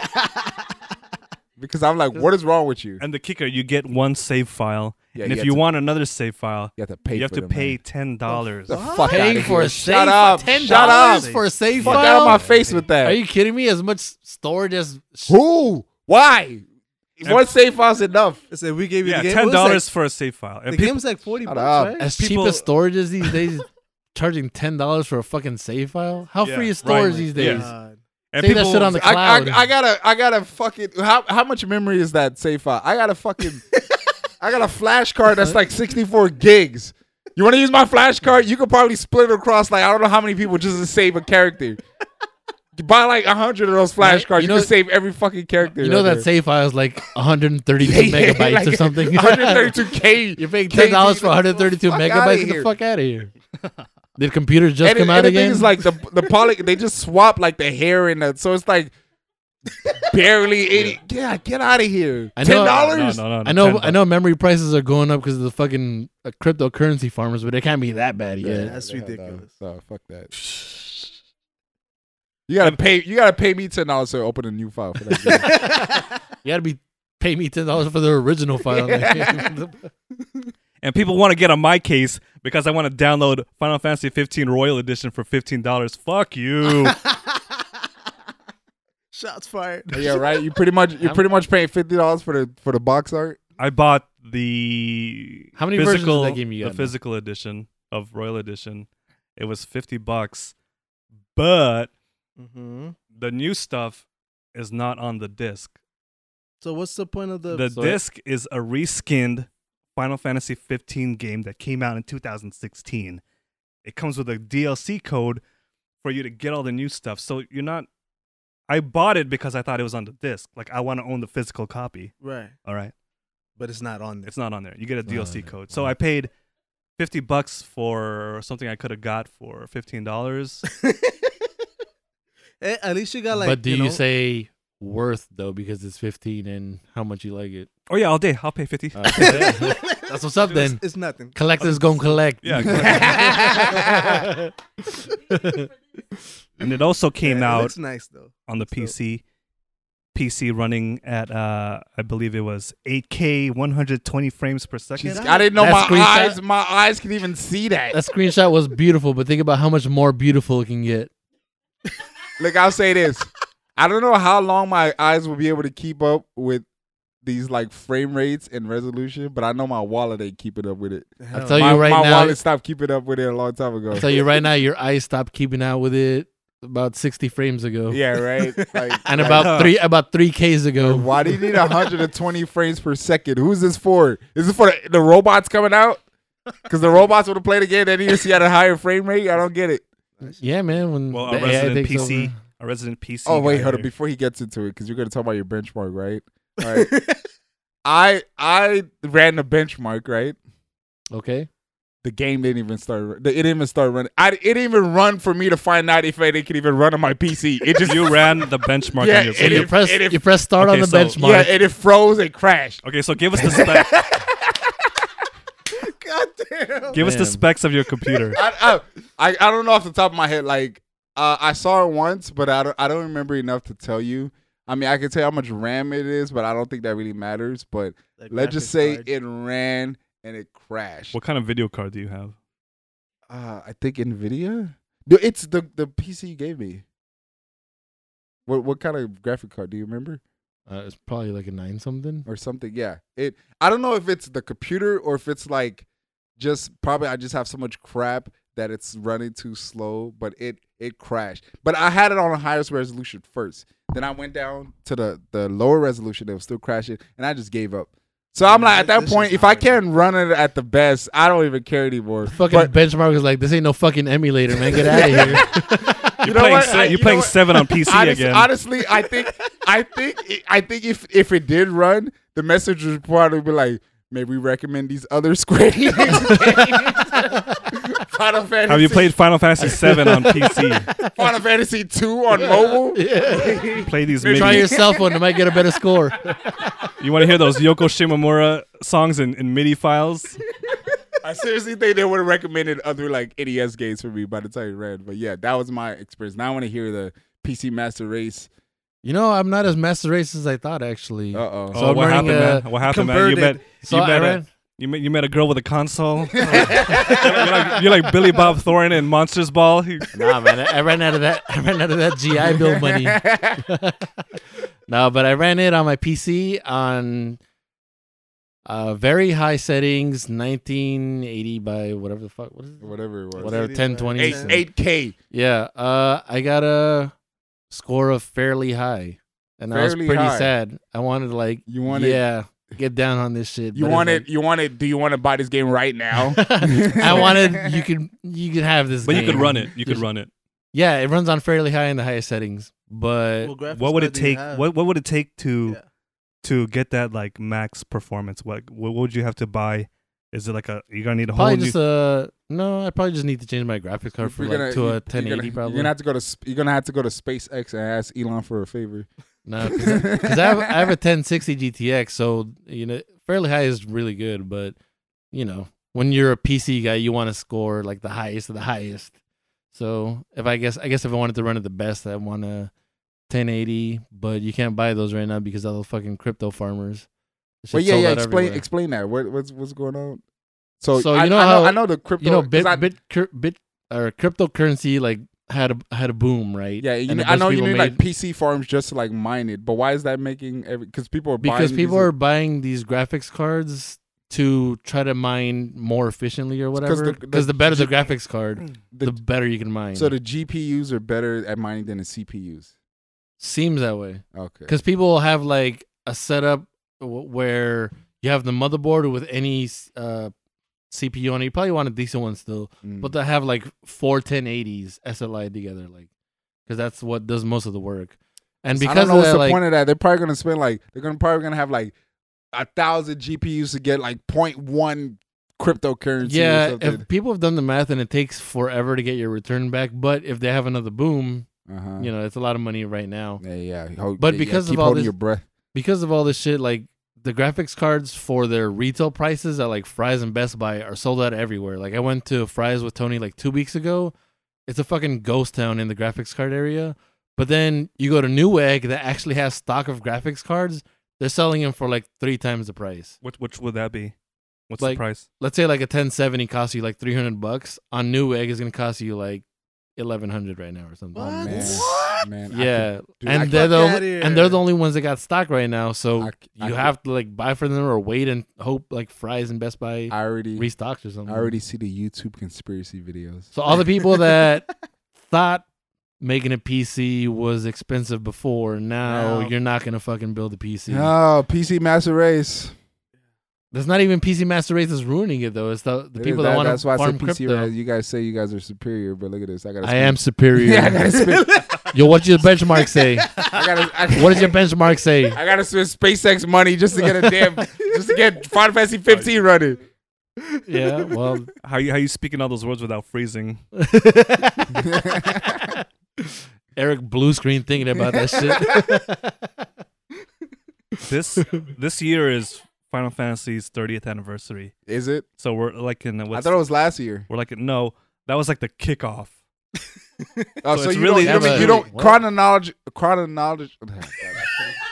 because I'm like, what is wrong with you?
and the kicker, you get one save file,
Yeah,
and if
have
you
to-
want another save file,
you have to pay.
you have
for
to
them,
pay
man.
ten dollars.
The fuck
Paying
outta
for
here.
a save
Shut
for
up!
ten
Shut up!
dollars for a save
Fuck
file.
out of my face with that.
Are you kidding me? As much storage as
Who? Why? If One safe house enough.
I said we gave you
Yeah,
the game.
ten
It
dollars
was
for a save file.
Like,
And
the
people-
game's like forty
Shut
bucks,
up.
right?
as
people-
cheap as storage is these days, charging ten dollars for a fucking save file. How
Yeah,
free is
right.
storage these days?
God.
and
Say that
people-
shit on the
I, I,
cloud.
I gotta I gotta fucking how how much memory is that safe file? I got a fucking I got a flash card that's like sixty four gigs. You wanna use my flash card? You could probably split it across like I don't know how many people just to save a character. You buy like a hundred of those flash
Right,
cards,
you
you,
know-
can save every fucking character.
You know
right
that save file is like 132
there. Yeah,
megabytes
like
or something.
132k.
You're paying ten dollars for
KB.
132
Fuck outta
megabytes. Get the
here.
fuck out of here. Did computers just
and,
come
and
out
the
again?
thing is like the the poly they just swap like the hair and the so it's like barely eighty. Yeah, get out of here.
I
Ten
know-
No,
dollars.
no, no, no,
I know,
$10.
I know. Memory prices are going up because of the fucking uh, cryptocurrency farmers, but it can't be that bad yet.
that's ridiculous.
So fuck that. You gotta pay. You gotta pay me ten dollars to open a new file for that. game.
You got to be pay me ten dollars for the original file.
And people want to get on my case because I want to download Final Fantasy 15 Royal Edition for fifteen dollars. Fuck you.
Shots fired.
yeah, right. You pretty much you
I'm-
pretty much paying fifty dollars for the for the box art.
I bought the
How many versions of
physical,
that game you
the
got now?
physical edition of Royal Edition. It was fifty bucks, but
Mm-hmm.
the new stuff is not on the disc.
So what's the point of the?
The
so-
disc is a reskinned Final Fantasy 15 game that came out in 2016. It comes with a DLC code for you to get all the new stuff. So you're not. I bought it because I thought it was on the disc. Like I want to own the physical copy.
right,
All right,
but it's not on there.
it's not on there. You get a
It's not on
DLC
there.
code. So I paid 50 bucks for something I could have got for $15.
Eh, At least you got like.
but do you,
know,
say worth though because it's fifteen and how much you like it?
oh yeah, all day. I'll pay 50.
That's what's up
Dude, it's-
then.
It's nothing.
Collectors gonna collect.
Yeah, and it also came
Yeah, it
out
looks nice though.
on the
So-
PC. PC running at uh I believe it was 8K 120 frames per second.
Jesus, I didn't know
That
my
screenshot-
eyes my eyes could even see that.
that screenshot was beautiful, but think about how much more beautiful it can get.
Look, I'll say this. I don't know how long my eyes will be able to keep up with these like frame rates and resolution, but I know my wallet ain't keeping up with it.
I'll
Hell,
tell
my
you right
my
now.
wallet stopped keeping up with it a long time ago.
I'll tell you right now. Your eyes stopped keeping out with it about sixty frames ago.
Yeah, right. Like,
And
like,
about three about three Ks ago.
why do you need 120 frames per second? Who's this for? Is this for the, the robots coming out? Because the robots want to play the game, they need to see at a higher frame rate. I don't get it.
Yeah, man. When
Well,
the
a
AI
resident
takes
PC,
over.
a resident PC.
Oh wait,
guy
hold up!
here.
Before he gets into it, because you're gonna talk about your benchmark, right? All right. I I ran the benchmark, right?
Okay.
The game didn't even start. It didn't even start running. I it didn't even run for me to find out if it could even run on my PC. It just
you ran the benchmark
Yeah,
on
it
your
you
is-
video.
press
and if-
you press start
Okay,
on the
so-
benchmark.
yeah, and it froze and crashed.
Okay, so give us the spec,
God damn.
give us the
Damn.
specs of your computer.
I, I I I don't know off the top of my head. Like uh, I saw it once, but I don't I don't remember enough to tell you. I mean, I can tell you how much RAM it is, but I don't think that really matters. But
That
let's just
graphics
say
card.
it ran and it crashed.
What kind of video card do you have?
Uh, I think Nvidia. No, it's the the PC you gave me. What what kind of graphic card do you remember
Uh, it's probably like a nine something.
or something? Yeah, it. I don't know if it's the computer or if it's like just probably I just have so much crap that it's running too slow. But it it crashed. But I had it on the highest resolution first. Then I went down to the the lower resolution. It was still crashing, and I just gave up. So I'm like, at that
This is
point, if
not
I can't run it at the best, I don't even care anymore.
Fucking
But-
benchmark is like this ain't no fucking emulator, man. Get out of here.
You're
know
playing,
what?
se-
I-
you're
you know
playing
what?
seven on PC
Honest-
again.
Honestly, I think I think it- I think if if it did run, the message would probably be like, "May we recommend these other Square Enix games?" Final Fantasy.
have you played Final Fantasy 7 on PC?
Final Fantasy Two on mobile?
Play these.
Try
MIDI.
your cell phone, you might get a better score.
You want to hear those Yoko Shimomura songs in, in MIDI files?
I seriously think they would have recommended other like NES games for me by the time it ran. But yeah, that was my experience. Now I want to hear the PC Master Race.
You know, I'm not as master race as I thought actually.
Uh oh.
So
oh,
I'm
what happened,
running,
man?
uh,
What happened, man? You met,
converted.
you
so I
met a-
ran,
You met, you met a girl with a console. you're, like, you're like Billy Bob Thornton in Monsters Ball. He-
nah, man, I, I ran out of that. I ran out of that GI Bill money. no, but I ran it on my PC on uh, very high settings, 1980 by whatever the fuck. What is it?
Whatever it was.
Whatever,
80 by
1020.
Eight
Yeah.
eight K.
Yeah, uh, I got a score of fairly high, and I was
Fairly
pretty
high.
sad. I wanted like,
You wanted-
yeah, get down on this shit.
You
but it's
want
like-
it? You want it? Do you want to buy this game right now?
I wanted you could you could have this,
but you could
game.
run it. You could run it.
Yeah, it runs on fairly high in the highest settings, but
Well, graphics
What would
card
it
do you
take?
have?
What What would it take to
Yeah.
to get that like max performance? What What would you have to buy? Is it like a you're gonna need a whole
probably
new?
just uh no, I probably just need to change my graphics card for
You're gonna-
like to
you-
a
you're
1080
gonna,
probably.
You're gonna have to go to sp- you're gonna have to go to SpaceX and ask Elon for a favor.
No, because I have, I have a 1060 GTX, so you know, fairly high is really good. But you know, when you're a PC guy, you want to score like the highest of the highest. So if I guess, I guess if I wanted to run it the best, I want a 1080. But you can't buy those right now because all the fucking crypto farmers. That
Well,
shit's
yeah,
sold
yeah.
out
Explain,
everywhere.
explain that. What, what's what's going on? So,
So,
I,
you know
I know,
how-
I know the crypto.
you know, bit,
'cause I,
bit, cur- bit, or cryptocurrency like had a had a boom, right?
yeah, you
And
know,
a
I
bunch of
know you
people
need
made-
like PC farms just to like mine it, but why is that making every? Because people are buying
because
these-
people are buying these graphics cards to try to mine more efficiently or
'cause
whatever.
the- the
Because the, better the
G- Mm,
graphics card,
the-
the, better you can mine.
so the GPUs are better at mining than the CPUs.
seems that way.
Okay.
Because people will have like a setup w- where you have the motherboard with any uh, CPU on it. You probably want a decent one still,
Mm.
but they have like four 1080s SLI together, like because that's what does most of the work. And
I
because
don't know
of
what's
that,
the
like,
point of that. They're probably gonna spend like they're gonna probably gonna have like a thousand GPUs to get like 0.1 cryptocurrency. or
yeah,
something.
if people have done the math and it takes forever to get your return back, but if they have another boom,
uh-huh.
you know it's a lot of money right now
yeah, yeah. Hold-
But
yeah,
because
yeah,
of
keep
all
holding
this-
your breath.
because of all this shit like the graphics cards for their retail prices at like fry's and best buy are sold out everywhere like i went to fry's with tony like two weeks ago it's a fucking ghost town in the graphics card area but then you go to newegg that actually has stock of graphics cards they're selling them for like three times the price
Which which would that be? What's
Like-
the price?
let's say like a 1070 costs you like 300 bucks on newegg is going to cost you like 1100 right now or something
Oh,
What?
man.
What?
Man, I
yeah
dude, I
and
could-
they're the
Fuck outta here.
and they're the only ones that got stock right now so
I, c- I
you
could-
have to like buy for them or wait and hope like fries and Best Buy
I already.
restocks or something.
I already see the YouTube conspiracy videos.
So all the people that thought making a PC was expensive before, now
No.
you're not gonna fucking build a PC.
oh, PC Master Race.
That's not even PC Master Race is ruining it though. It's the, the
It is
people
that-
that, want
That's
to
why I
farm
said PC
crypto.
Race. You guys say you guys are superior, but look at this. I got.
I am superior.
Yeah, I gotta spin.
Yo, what your benchmark say?
I gotta, I,
What does your benchmark say?
I gotta spend SpaceX money just to get a damn, just to get Final Fantasy 15 running.
Yeah, well,
How you how you speaking all those words without freezing?
Eric blue screen thinking about that shit.
This this year is Final Fantasy's 30th anniversary.
Is it?
So we're like in the
I
what's,
thought it was last year.
we're like in, no, that was like the kickoff.
Oh,
So
so,
it's
you
really-
don't, you
Yeah,
don't, you
but-
don't chronology, chronology,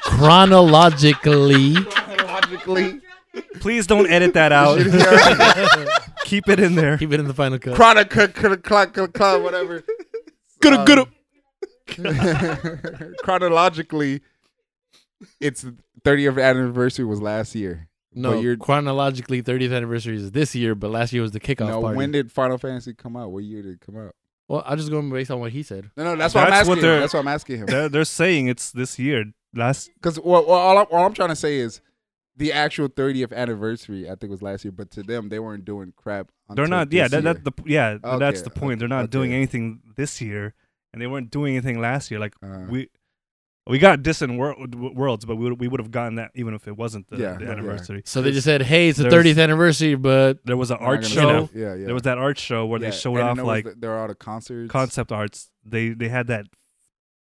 Chronologically.
chronologically,
Please don't edit that out. Keep it in there.
Keep it in the final cut.
chronica, clock, clock, whatever. Um,
Gooda, gooda.
chronologically, its 30th anniversary was last year.
No,
But you're-
chronologically, 30th anniversary is this year, but last year was the kickoff
Now,
party.
when did Final Fantasy come out? What year did it come out?
well, I'll just go based on what he said.
No, no, that's what I'm
That's
asking.
what they're-
him. That's what I'm asking him.
They're, they're saying it's this year. Last
Because well, well, all, I'm, all I'm trying to say is the actual 30th anniversary. I think was last year, but to them, they weren't doing crap.
they're
until
not. Yeah,
this
that,
year.
that the yeah
Okay,
that's the point. They're not doing
okay.
anything this year, and they weren't doing anything last year. Like
Uh,
we we got distant wor- worlds, but we would, we would have gotten that even if it wasn't the,
Yeah,
the
yeah.
anniversary.
So they just said, hey, it's the
There's-
30th anniversary, but
There was an
we're not
art
gonna
show.
do- Yeah, yeah.
There was that art show where
Yeah,
they showed
and
off
there was
like
the- there are all the concerts.
concept arts. They they had that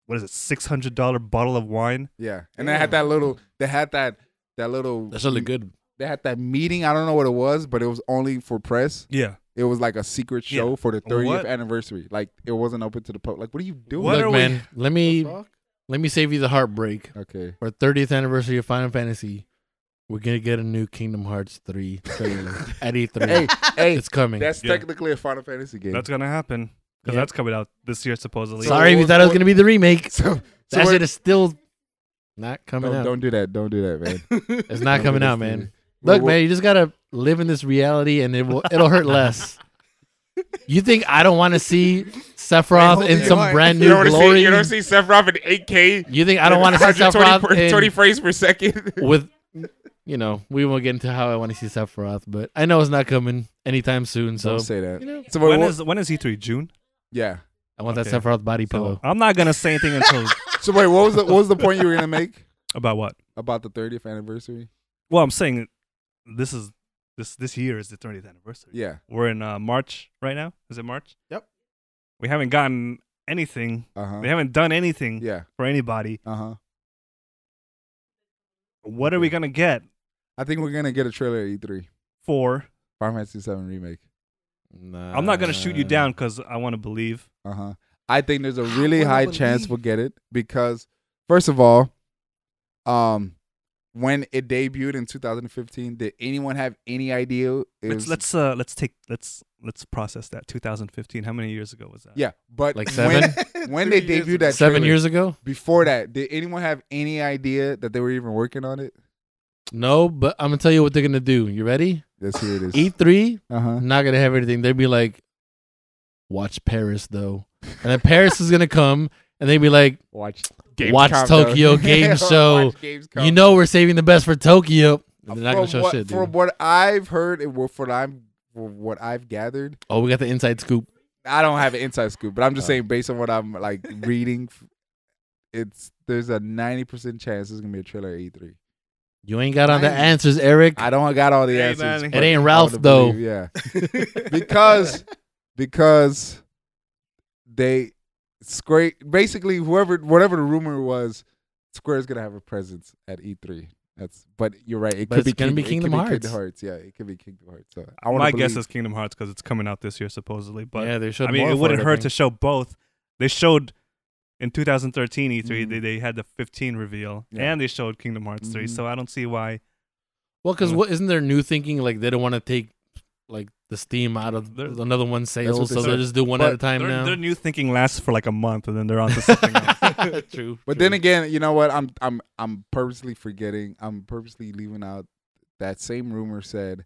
what is it six hundred dollar bottle of wine.
Yeah, and they had that little. They had that that little.
that's really good.
They had that meeting. I don't know what it was, but it was only for press.
Yeah.
It was like a secret show
Yeah.
for the 30th
What?
anniversary. Like it wasn't open to the public. Like what are you doing?
What are
Look,
we-
man, let me
fuck?
let me save you the heartbreak.
Okay.
For 30th anniversary of Final Fantasy, we're going to get a new Kingdom Hearts 3 trailer at E3.
hey, hey,
it's coming.
that's
Yeah.
technically a Final Fantasy game.
That's gonna happen because
Yeah.
that's coming out this year supposedly.
Sorry if you
So-
thought it was going to be the remake.
so. so
That
we're-
shit is still not coming
don't,
out.
don't do that. Don't do that, man.
it's not coming out, man.
Well,
Look,
well,
man, you just gotta live in this reality, and it will it'll hurt less. You think I don't want to see
I
Sephiroth
hope
in
you
some
are.
brand new glory? You,
see Sephiroth in 8K.
think I don't want to see
120
Sephiroth
per-
in-
frames per second.
with? You know, we won't get into how I want to see Sephiroth, but I know it's not coming anytime soon. So
Don't say that.
you know,
So
When
what-
is when is E three June?
yeah.
I want
Okay.
that Sephiroth body
So
pillow.
I'm not gonna say anything until
So wait, what was the what was the point you were gonna make
about what.
about the 30th anniversary?
Well, I'm saying this is this this year is the 30th anniversary.
Yeah.
We're in uh, March right now. Is it March?
Yep.
We haven't gotten anything.
Uh huh.
They haven't done anything
Yeah.
for anybody.
Uh huh.
What are we gonna get
I think we're gonna get a trailer at E3.
for?
Final Fantasy Seven remake.
Nah.
I'm not gonna shoot
Uh,
you down because I want to believe.
Uh huh. I think there's a really
wanna
high chance
believe.
we'll get it because, first of all, um, when it debuted in 2015, did anyone have any idea? it
Let's
was-
let's uh let's take let's let's process that. 2015. How many years ago was that?
yeah, but
Like
when, when they
Three years
debuted
ago.
that
Seven
trailer,
years ago?
before that, did anyone have any idea that they were even working on it?
No, but I'm gonna tell you what they're gonna do. You ready? E
Let's hear it is.
E3
Uh huh.
not gonna have everything. They'd be like, watch Paris though, and then Paris is gonna come, and they'd be like,
Watch.
Watch
Gamescom, though.
Tokyo Game
Watch
Show.
Gamescom.
you know, we're saving the best for Tokyo. And they're not gonna
From
show
Uh, what,
shit, dude.
From what I've heard and what- from what I'm, from what I've gathered,
oh, we got the inside scoop.
I don't have an inside scoop, but I'm just
Oh.
saying based on what I'm like reading, it's there's a ninety percent chance there's gonna be a trailer at E3.
You ain't got all the
Nice.
answers, Eric.
I don't got all the
Hey,
answers.
man.
but
It ain't
I
Ralph,
would
though.
believe, yeah, because because they Square basically whoever whatever the rumor was, Square's gonna have a presence at E3 . That's but you're right. It
But
could
it's
be
gonna
King-
be
it could
Kingdom Hearts.
Yeah, it could be Kingdom Hearts. So I want
My guess is Kingdom Hearts because it's coming out this year supposedly. But
yeah, they showed.
I mean,
more
it
for
wouldn't
I
hurt to
think.
show both. They showed in 2013 E3
Mhm.
E they, they had the 15 reveal
Yeah.
and they showed Kingdom Hearts 3.
Mhm.
So I don't see why
Well, because what isn't their new thinking? Like they don't want to take like the steam out of
They're-
another one's
what
sales,
they
so they'll
said.
just do one
But
at a time
their,
now.
their new thinking lasts for like a month and then they're on to something else.
true.
But then again, you know what? I'm I'm I'm purposely forgetting. I'm purposely leaving out that same rumor said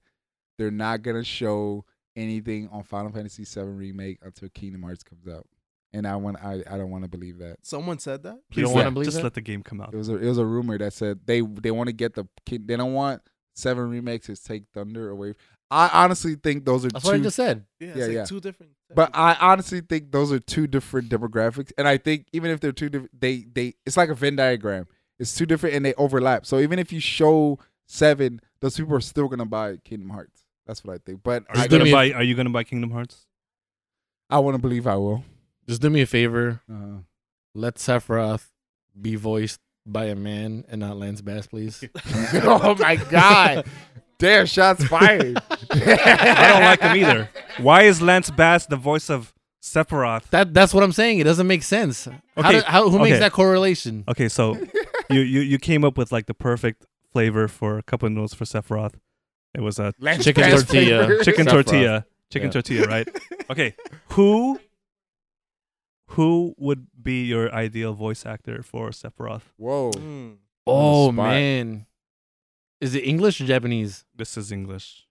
they're not gonna show anything on Final Fantasy VII remake until Kingdom Hearts comes out. And I want I, I don't want to believe that.
Someone said that.
You don't
Please
wanna
let-
believe
Just
that?
let the game come out.
It was a it was a rumor that said they they want to get the King- they don't want Seven remakes to take Thunder away. I honestly think those are
that's what I
two
just said.
Yeah, it's
Yeah,
like
yeah.
two different.
But I honestly think those are two different demographics, and I think even if they're two different, they they it's like a Venn diagram. It's two different, and they overlap. So even if you show seven, those people are still gonna buy Kingdom Hearts. That's what I think. But
Are
I,
you gonna
mean-
buy? Are you gonna buy Kingdom Hearts?
I want to believe I will.
Just do me a favor.
Uh,
Let Sephiroth be voiced by a man and not Lance Bass, please.
oh my god! Damn, shots fired.
I don't like him either. Why is Lance Bass the voice of Sephiroth?
that that's what I'm saying. It doesn't make sense. How,
Okay,
do- how who makes
okay.
that correlation?
Okay, so you, you you came up with like the perfect flavor for a cup of noodles for Sephiroth. It was a
Lance
Chicken
Bass
tortilla.
flavor.
chicken
Sephiroth.
tortilla. Chicken
Yeah.
tortilla, right? Okay, who who would be your ideal voice actor for Sephiroth?
Whoa.
Mm.
Oh
spot.
man, is it English or Japanese?
This is English.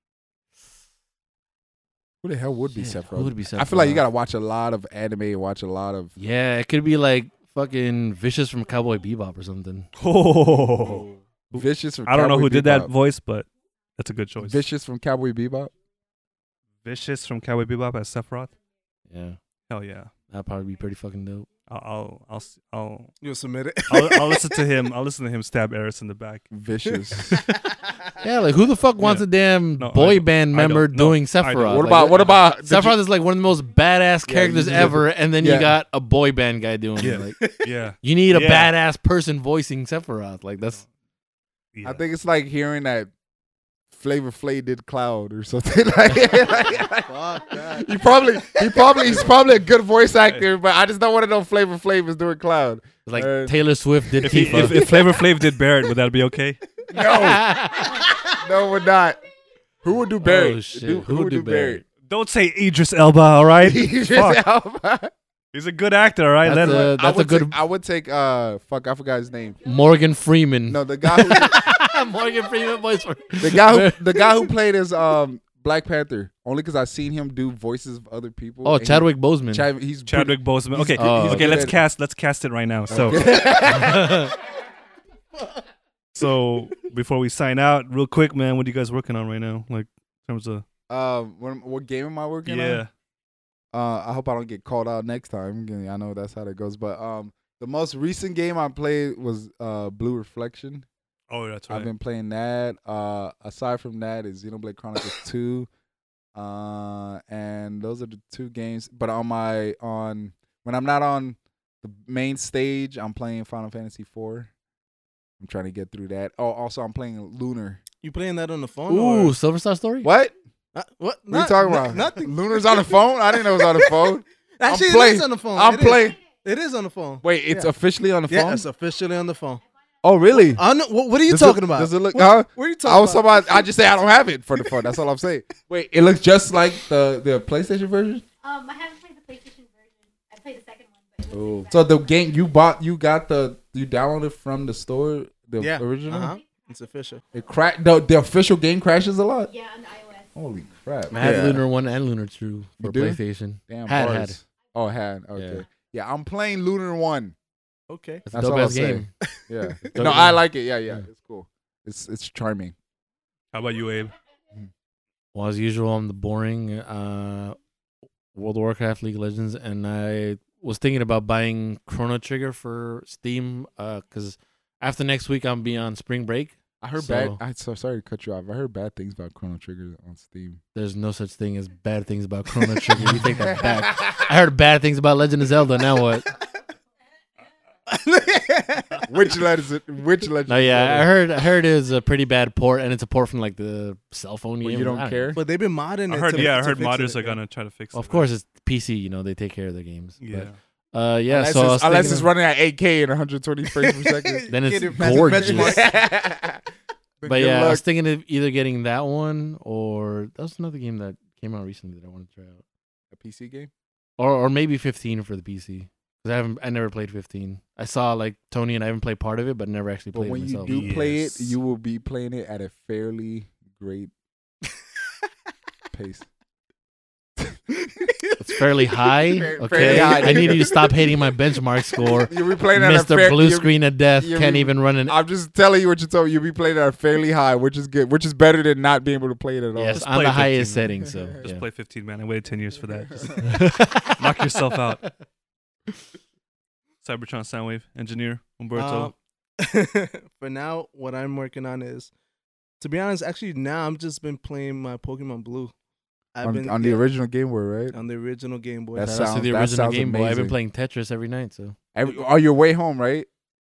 Who the hell would be
Shit,
Sephiroth?
who would be
I feel like you
Sephiroth?
gotta watch a lot of anime, and watch a lot of
Yeah, it could be like fucking Vicious from Cowboy Bebop or something.
Oh,
vicious. From
I don't know
Cowboy
who did that
Bebop.
voice, but that's a good choice.
Vicious from Cowboy Bebop.
Vicious from Cowboy Bebop as Sephiroth.
Yeah,
Hell yeah.
that'd probably be pretty fucking dope.
I'll I'll I'll s- I'll,
You'll submit it.
I'll, I'll listen to him. I'll listen to him stab Eris in the back.
Vicious.
Yeah, like who the fuck wants
Yeah.
a damn
No, I
boy
don't-
band
I don't-
member
no,
doing
I don't.
Sephiroth?
What
Like,
about what about did
Sephiroth is like one of the most badass
Uh, Yeah,
characters
you did.
ever, and then
Yeah.
you got a boy band guy doing
Yeah.
it. Like,
Yeah.
you need a
Yeah.
badass person voicing Sephiroth. Like that's
you-
yeah.
I think it's like hearing that Flavor Flay did Cloud or something. like, like-
Fuck that.
he probably he probably he's probably a good voice actor, but I just don't want to know Flavor Flav is doing Cloud.
like
Uh,
Taylor Swift did
if, he,
Tifa.
if, if Flavor Flav did Barrett, would that be okay?
No, no, we're not. Who would do Barry?
Oh, shit. Who would do
Don't say Idris Elba, all right?
Idris
Fuck.
Elba.
He's a good actor, all right?
Uh, That's
Let-
a-
I would
good-
take- I would take. Uh, fuck, I forgot his name.
Morgan Freeman.
No, the guy. Who,
Morgan Freeman voice for
The guy who the guy who played as um Black Panther only because I seen him do voices of other people.
Oh,
and he-
Chadwick Boseman.
Chad, he's
Chadwick Boseman. Okay,
he's- he's
okay,
good
let's
at it.
cast let's cast it right now. So so before we sign out, real quick, man, what are you guys working on right now? Like in terms of
Pretty, um, what, am- what game am I working on?
Yeah.
Uh, I hope I don't get called out next time. I know that's how that goes. But um, the most recent game I played was uh Blue Reflection.
Oh, that's
I've been playing that. Uh, aside from that is Xenoblade Chronicles Two, uh, and those are the two games. But on my on when I'm not on the main stage, I'm playing Final Fantasy Four. I'm trying to get through that. Oh, also I'm playing Lunar.
You playing that on the phone?
Ooh,
or-
Silver Star Story.
What?
Uh, what?
What are you talking about?
Nothing.
Lunar's on the phone. I didn't know it was on the phone.
Actually, it
playing-
is on the phone.
I'm
It is.
playing.
It is on the phone.
Wait, it's
Yeah.
officially on the
yeah,
phone.
it's officially on the phone.
oh, really?
I know, what, what are you
Does it-
talking about?
does it look-
What,
huh?
what are you talking
I was
about?
talking about. I just say I don't have it for the phone. That's all I'm saying. Wait, it looks just like the the PlayStation version.
Um, I haven't played the PlayStation version. I played the second one, but it looks
Oh,
exact-
so the game you bought, you got the you downloaded from the store, the
yeah,
original.
uh-huh. It's official.
It cra- the, the official game crashes a lot.
yeah on the iOS.
Holy crap!
I had
Yeah.
Lunar One and Lunar Two for
You do?
PlayStation.
Damn,
had
bars.
had. It's
Oh, had. Okay. Yeah. I'm playing Lunar One.
Okay.
a
That's
dope
all I'll
ass
say.
game.
Yeah.
Dope
no, I
game.
like it. Yeah, yeah,
Yeah.
It's cool. It's it's charming.
How about you, Abe?
Well, as usual, I'm the boring uh, World of Warcraft, League of Legends, and I was thinking about buying Chrono Trigger for Steam because after next week I'm be on spring break.
I heard bad.
So-
I so sorry to cut you off. I heard bad things about Chrono Trigger on Steam.
There's no such thing as bad things about Chrono Trigger. you take that back. I heard bad things about Legend of Zelda. Now what?
Which legend? Which legend?
No, yeah, I heard. I heard it's a pretty bad port, and it's a port from like the cell phone.
Well,
game.
you don't
I know.
care?
But they've been modding
I
it.
heard,
to-
yeah, I
to
heard
fix
modders
it.
are gonna try to fix it.
Of course, it's PC. You know, they take care of their games.
Yeah.
But, uh, yeah.
unless
so I
it's,
was
unless
thinking-
it's running at 8K and 120 frames per second.
Then it's
Get it, Magic
gorgeous.
Benchmark.
But
Good
yeah, I
luck.
was thinking of either getting that one or that was another game that came out recently that I want to try out,
a PC game.
or or maybe 15 for the PC because I haven't I never played 15. I saw like Tony and I haven't played part of it, but never actually
But
played
when
it
you
myself.
do play it,
Yes.
you will be playing it at a fairly great pace.
It's fairly high.
Fair-
okay,
fairly high.
I need you to stop hating my benchmark score.
You'll be playing at a
Mr.
fair,
Blue
you'll-
Screen of Death
you're-
can't even run an.
I'm just telling you what you told me. You'll be playing at a fairly high, which is good, which is better than not being able to play it at all.
Yes,
Just
on
play
the
15,
highest setting. So
Just
yeah.
play 15, man. I waited 10 years for that. Just
knock
yourself out. Cybertron Soundwave engineer
Uh,
Umberto.
Um, for now, what I'm working on is, to be honest, actually now I'm just been playing my Pokemon Blue. I've
on,
been
on the
yeah,
original Game Boy,
Uh,
right?
on the original Game Boy.
That's-
Shout out to
sounds-
the
that
original
sounds
Game Boy. I've been
amazing.
playing Tetris every night. So
Every, on your way home, right?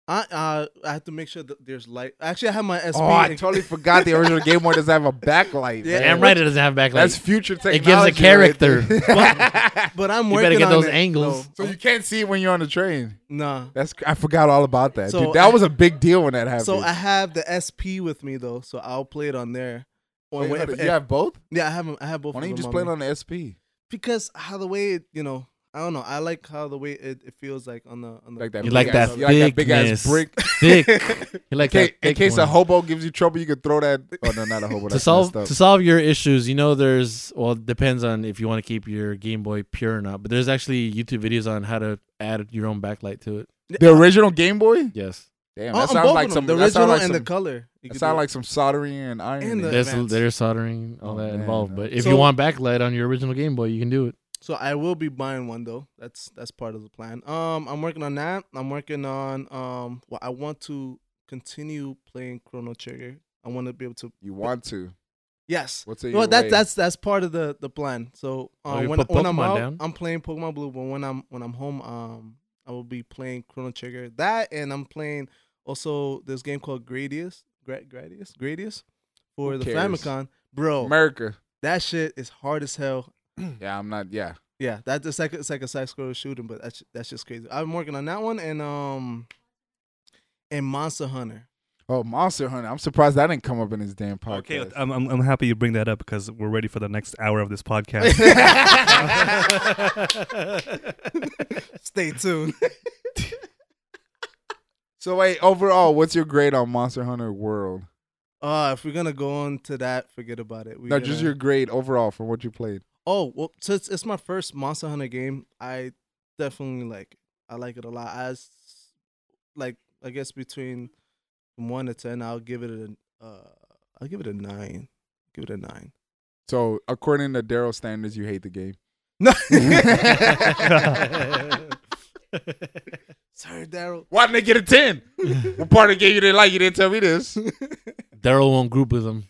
I uh, I have to make sure that there's light. Actually, I have my SP.
Oh, I totally forgot the original Game Boy doesn't have a backlight.
Yeah,
man.
damn right, it doesn't have backlight.
That's future
It
technology.
gives a character.
right there.
But I'm
You
working
better get
on
those
it.
angles.
so you can't see it when you're on the train.
No, nah.
That's I forgot all about that.
So
Dude, that
I-
was a big deal when that happened.
So I have the SP with me though, so I'll play it on there. Or
Wait,
when-
hold
if-
on, you
if-
have both?
yeah, I have 'em- I have both.
Why
of
don't you
them
just
on
play
me.
it on the SP?
because how the way it, you know I don't know I like how the way it, it feels like on the on the
Like that.
You like
big ass-
that
you like that big ass
thickness.
brick.
thick. You like
In
that
case, in
thick
case a
one.
hobo gives you trouble, you could throw that. Oh no, not a hobo.
to
That's
solve
solve.
to solve your issues, you know, there's well, it depends on if you want to keep your Game Boy pure or not. But there's actually YouTube videos on how to add your own backlight to it.
The original Game Boy.
Yes,
Damn,
Oh, on
that sounds
both
like
of
some.
them, the
that sound
original
like
and the
some.
color. You
That
could
sound
do
like some soldering and iron.
And the-
there's
Advanced.
there's soldering all
Oh,
that
man,
involved.
man.
But if
So-
you want backlight on your original Game Boy, you can do it.
it. So I will be buying one though. That's that's part of the plan. Um, I'm working on that. I'm working on um. Well, I want to continue playing Chrono Trigger. I want to be able to.
You want to?
Yes.
What's it?
Well, that that's that's part of the the plan. So
Oh,
uh,
you
when
put
when I'm
Pokemon
out,
down?
I'm playing Pokemon Blue. But when I'm when I'm home, um, I will be playing Chrono Trigger. That and I'm playing also this game called Gradius, Gra- Gradius, Gradius, for
Who
the
cares?
Famicom. Bro,
America.
that shit is hard as hell.
Yeah, I'm not. Yeah,
Yeah, that's it's like it's like a side scroller shooting, but that's that's just crazy. I'm working on that one and um, and Monster Hunter.
Oh, Monster Hunter. I'm surprised that didn't come up in his damn podcast.
okay, I'm, I'm I'm happy you bring that up because we're ready for the next hour of this podcast.
Stay tuned.
so wait, overall, what's your grade on Monster Hunter World?
Uh, if we're gonna go on to that, forget about it. We're
No, just
gonna-
your grade overall from what you played.
Oh well, since it's my first Monster Hunter game, I definitely like it. I like it a lot. I s- like I guess between from one to ten, I'll give it a uh, I'll give it a nine. Give it a nine.
So according to Daryl standards, you hate the game.
No, sorry, Daryl.
Why didn't they get a ten? what part of the game you didn't like? You didn't tell me this.
Daryl won't group with him.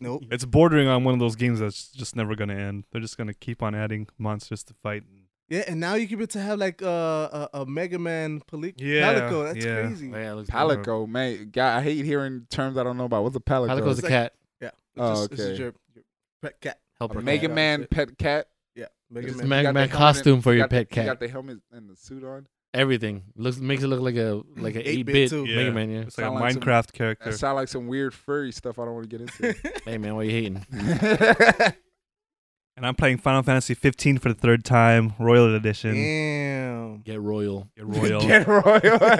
Nope.
it's bordering on one of those games that's just never gonna end. They're just gonna keep on adding monsters to fight.
Yeah, and now you could be to have like uh, a a Mega Man pali-
Yeah,
Palico. That's
yeah.
crazy.
Yeah, it looks
Palico, man. God, I hate hearing terms I don't know about. What's a palico?
Palico's a
It's like-
cat.
Yeah.
Oh,
It's just- it's just
okay.
your, your pet cat.
Helper
a
cat.
Mega
Yeah,
Man
that's
pet cat.
Yeah, Mega
It's
Man.
just
Mega
got
Man
the helmet-
costume for your
got the-
pet cat.
You got the helmet and the suit on.
Everything looks makes it look like a like an
8-bit
eight bit
too.
Mega Man. Yeah.
It's like a
Sound like some-
Minecraft
That
character.
sound like some weird furry stuff I don't want to get
Hey man, what are you hating?
into.
And I'm playing Final Fantasy 15 for the third time, Royal Edition.
Damn.
Get royal.
Get Royal.
Get royal.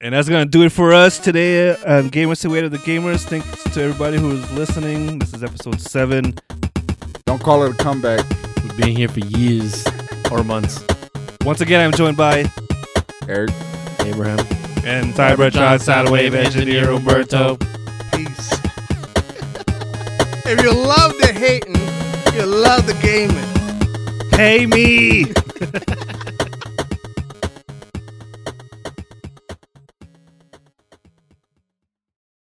And that's gonna do it for us today on Gamers to Way of the Gamers. Thanks to everybody who's listening. This is episode seven.
don't call it a comeback.
We've been here for years or months.
Once again, I'm joined by
Eric.
Abraham.
and Cyber John Sadwave engineer Umberto.
Peace. if you love the hating, you love the gaming.
Pay me.